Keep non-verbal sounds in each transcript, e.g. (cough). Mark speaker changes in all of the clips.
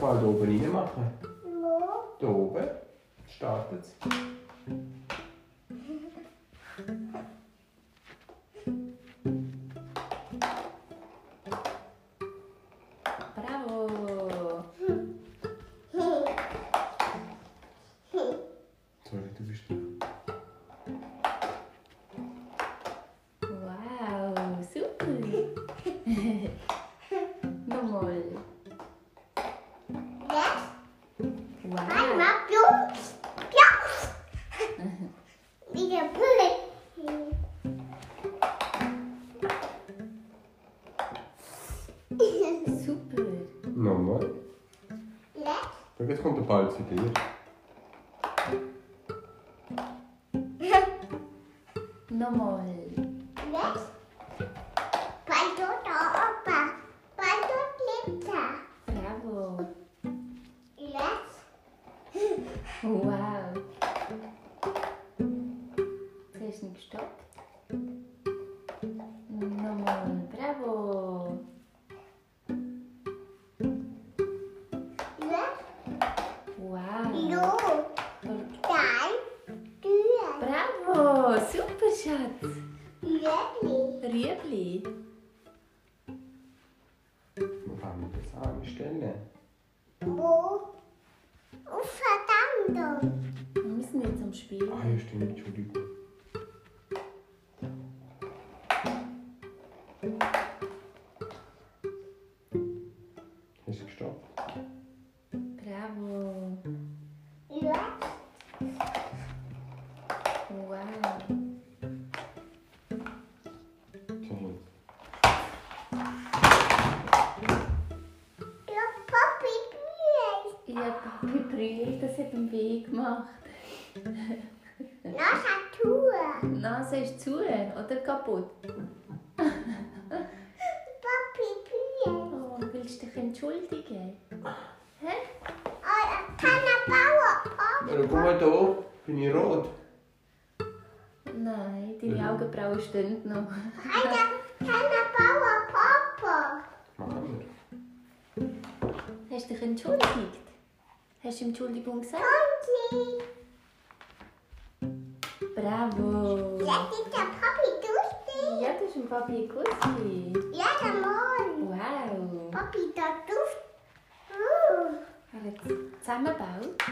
Speaker 1: Bald oben reinmachen.
Speaker 2: Wo?
Speaker 1: Da oben startet es.
Speaker 3: Bravo!
Speaker 1: Sorry, du bist dran.
Speaker 3: Wow, super! (laughs) Nochmal.
Speaker 2: Das?
Speaker 3: Wow.
Speaker 2: Einmal Blups. Blups. Wie der Pille.
Speaker 3: Super.
Speaker 1: Nochmal.
Speaker 2: Das?
Speaker 1: Schau, Jetzt kommt der Ball zu dir.
Speaker 3: Nochmal.
Speaker 2: Das? Bald dort Opa. Bald dort Linda.
Speaker 3: Bravo.
Speaker 2: Das?
Speaker 3: Wow. Du hast nicht gestoppt. Nochmal. Bravo.
Speaker 2: Das?
Speaker 3: Wow.
Speaker 2: Los. Dann. Tür.
Speaker 3: Bravo. Super, Schatz.
Speaker 2: Wirklich.
Speaker 3: Riebli.
Speaker 1: Wo fangen wir jetzt an? Stellen.
Speaker 2: Wo? Oh, verdammt.
Speaker 3: Wir müssen jetzt am Spiel.
Speaker 1: Ah ja, stimmt, Entschuldigung. Hast du gestoppt?
Speaker 3: Bravo.
Speaker 2: Das?
Speaker 3: Wow.
Speaker 1: Sorry.
Speaker 2: Ja, Papi, grüß.
Speaker 3: Ich habe gebrüllt, das hat ihm weh gemacht.
Speaker 2: Noch eine Tour.
Speaker 3: Die Nase ist zu oder kaputt.
Speaker 2: Papi, grüß.
Speaker 3: Oh, willst du dich entschuldigen? Hä?
Speaker 2: Oh, keine Bauer. Oh,
Speaker 1: Ja, guck mal da, bin ich rot.
Speaker 3: Nein, deine Augenbrauen stehen noch.
Speaker 2: eine, keine Bauer, Papa.
Speaker 1: Machen wir.
Speaker 3: Hast du dich entschuldigt? Hast du Entschuldigung gesagt?
Speaker 2: Onkel.
Speaker 3: Bravo!
Speaker 2: Jetzt ist der Papi durstig.
Speaker 3: Ja, das ist ein Papi Gussi.
Speaker 2: Ja, der Mann.
Speaker 3: Wow!
Speaker 2: Papi, der Duft. Uh,
Speaker 3: Haben wir zusammengebaut?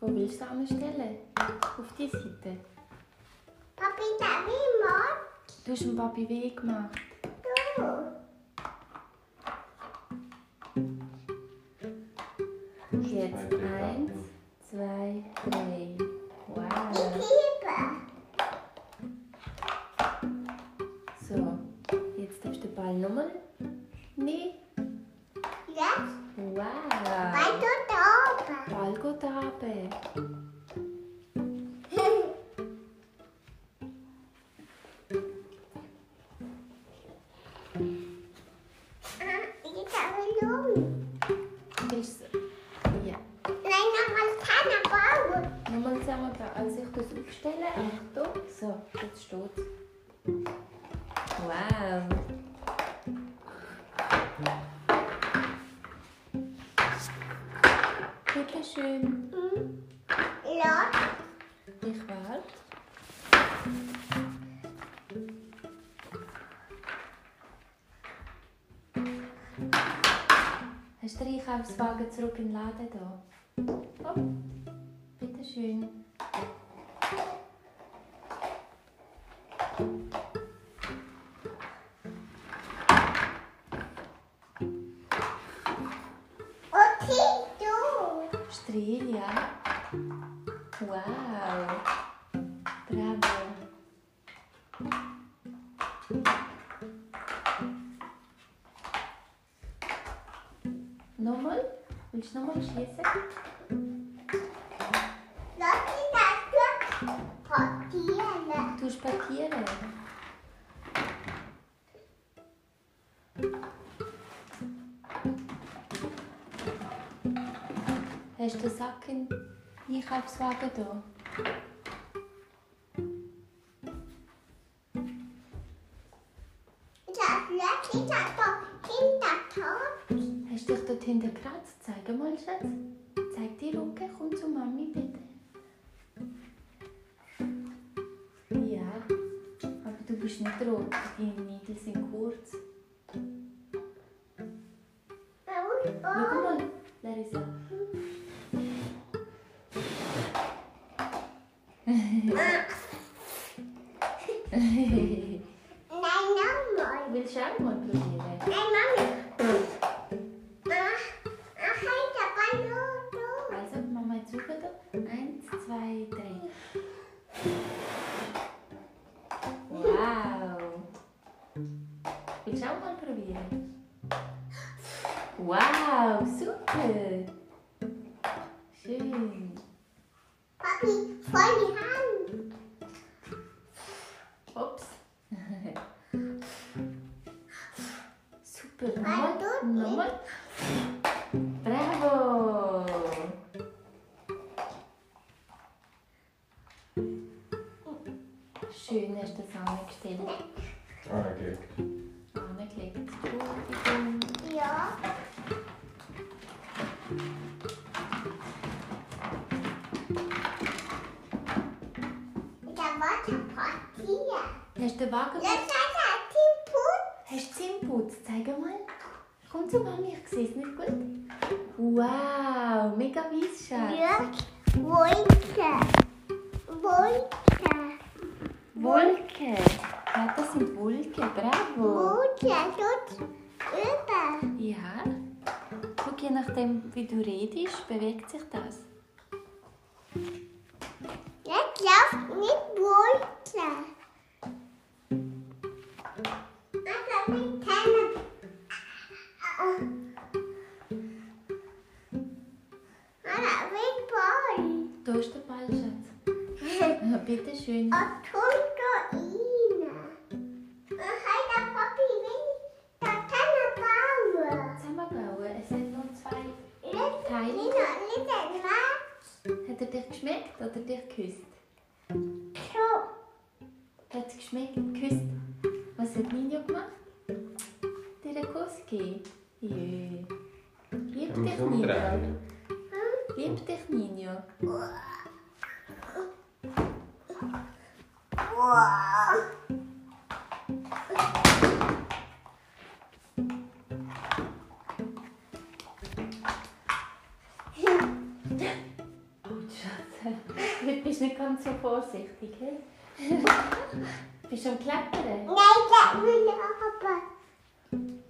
Speaker 3: Wo willst du zusammenstellen? Auf die Seite.
Speaker 2: Papi, der Wimmer.
Speaker 3: Du hast dem Papi weh gemacht.
Speaker 2: Du.
Speaker 3: Jetzt eins, zwei, drei.
Speaker 2: Ich
Speaker 3: Wow.
Speaker 2: liebe.
Speaker 3: So, jetzt darfst du den Ball nochmal nehmen.
Speaker 2: Jetzt
Speaker 3: Wow.
Speaker 2: weiter da
Speaker 3: Ball geht runter.
Speaker 2: oben. Ah, ich habe Lungen.
Speaker 3: Willst du Ja.
Speaker 2: Nein, nochmal keine Bauer.
Speaker 3: Nochmal zusammen. Also ich das aufstellen. Achtung. So, jetzt steht's. Wow. Bitteschön.
Speaker 2: Ja,
Speaker 3: Ich warte. Hast du den Einkaufswagen zurück im Laden da? Hopp. Bitteschön.
Speaker 2: okay, du.
Speaker 3: Stril, ja. Wow. Bravo. Nochmal? Willst du nochmal schießen?
Speaker 2: Lass mich das Glück portieren.
Speaker 3: Du spazieren. Hast du den Sack in den Einkaufswagen da?
Speaker 2: Das Glück
Speaker 3: Hast du hast
Speaker 2: ist das doch hinter Tag.
Speaker 3: dich dort hinten gekratzt. Zeig mal, Schatz. Zeig die Rucke. Komm zu Mami, bitte. Ja, aber du bist nicht rot. Deine Nägel sind kurz. Schau mal, Larissa. (laughs) Willst du auch mal probieren?
Speaker 2: Nein, nochmal. Hey, Mami. Ach, ach, halt aber nur du.
Speaker 3: Also, Mama, jetzt suche da. Eins, zwei, drei. Wow! Willst du auch mal probieren? Wow, super! Schön!
Speaker 2: Papi, voll die Hand.
Speaker 3: Ups! (laughs) Super!
Speaker 2: Weil
Speaker 3: Nochmal!
Speaker 2: du
Speaker 3: Nochmal! Bravo! Schön hast du das angestellt.
Speaker 1: Ah, gelegt.
Speaker 3: Angelegt. Entschuldigung.
Speaker 2: Ja. Da war der Papier.
Speaker 3: Hast du den Wagen
Speaker 2: Das war der Timput.
Speaker 3: Hast du Zinn geputzt? Zeig mal. Komm zu Mami, ich sehe es nicht gut. Wow, mega weiss, Schatz.
Speaker 2: Glück, Wolke. Wolke.
Speaker 3: Wolke. Ja, das sind Wolken, bravo.
Speaker 2: Wolke, dort über.
Speaker 3: Ja. Guck, je nachdem, wie du redest, bewegt sich das.
Speaker 2: Jetzt läuft nicht Wolke. Aber mit Tennis. Aber mit Ball.
Speaker 3: Da ist der Ball, Schatz. Ja, bitte schön. Ah,
Speaker 2: Und tut ihn. Und halt der Papi will da keine Bäume.
Speaker 3: Zusammenbauen. Es sind nur zwei.
Speaker 2: Teil. Nicht noch nicht einmal.
Speaker 3: Hat er dich geschmeckt oder dich geküsst?
Speaker 2: So.
Speaker 3: Hat es geschmeckt, geküsst? Was hat Nino gemacht? Dir einen Kuss gegeben? Jö. Liebt
Speaker 1: Kann man
Speaker 3: dich
Speaker 1: es
Speaker 3: Nino?
Speaker 1: umdrehen?
Speaker 3: Liebt dich Nino?
Speaker 2: Wow.
Speaker 3: Oh, Schatz. (laughs) Heute bist du nicht ganz so vorsichtig, hä? (laughs) bist du am Klettern?
Speaker 2: Nein, das will ich aber.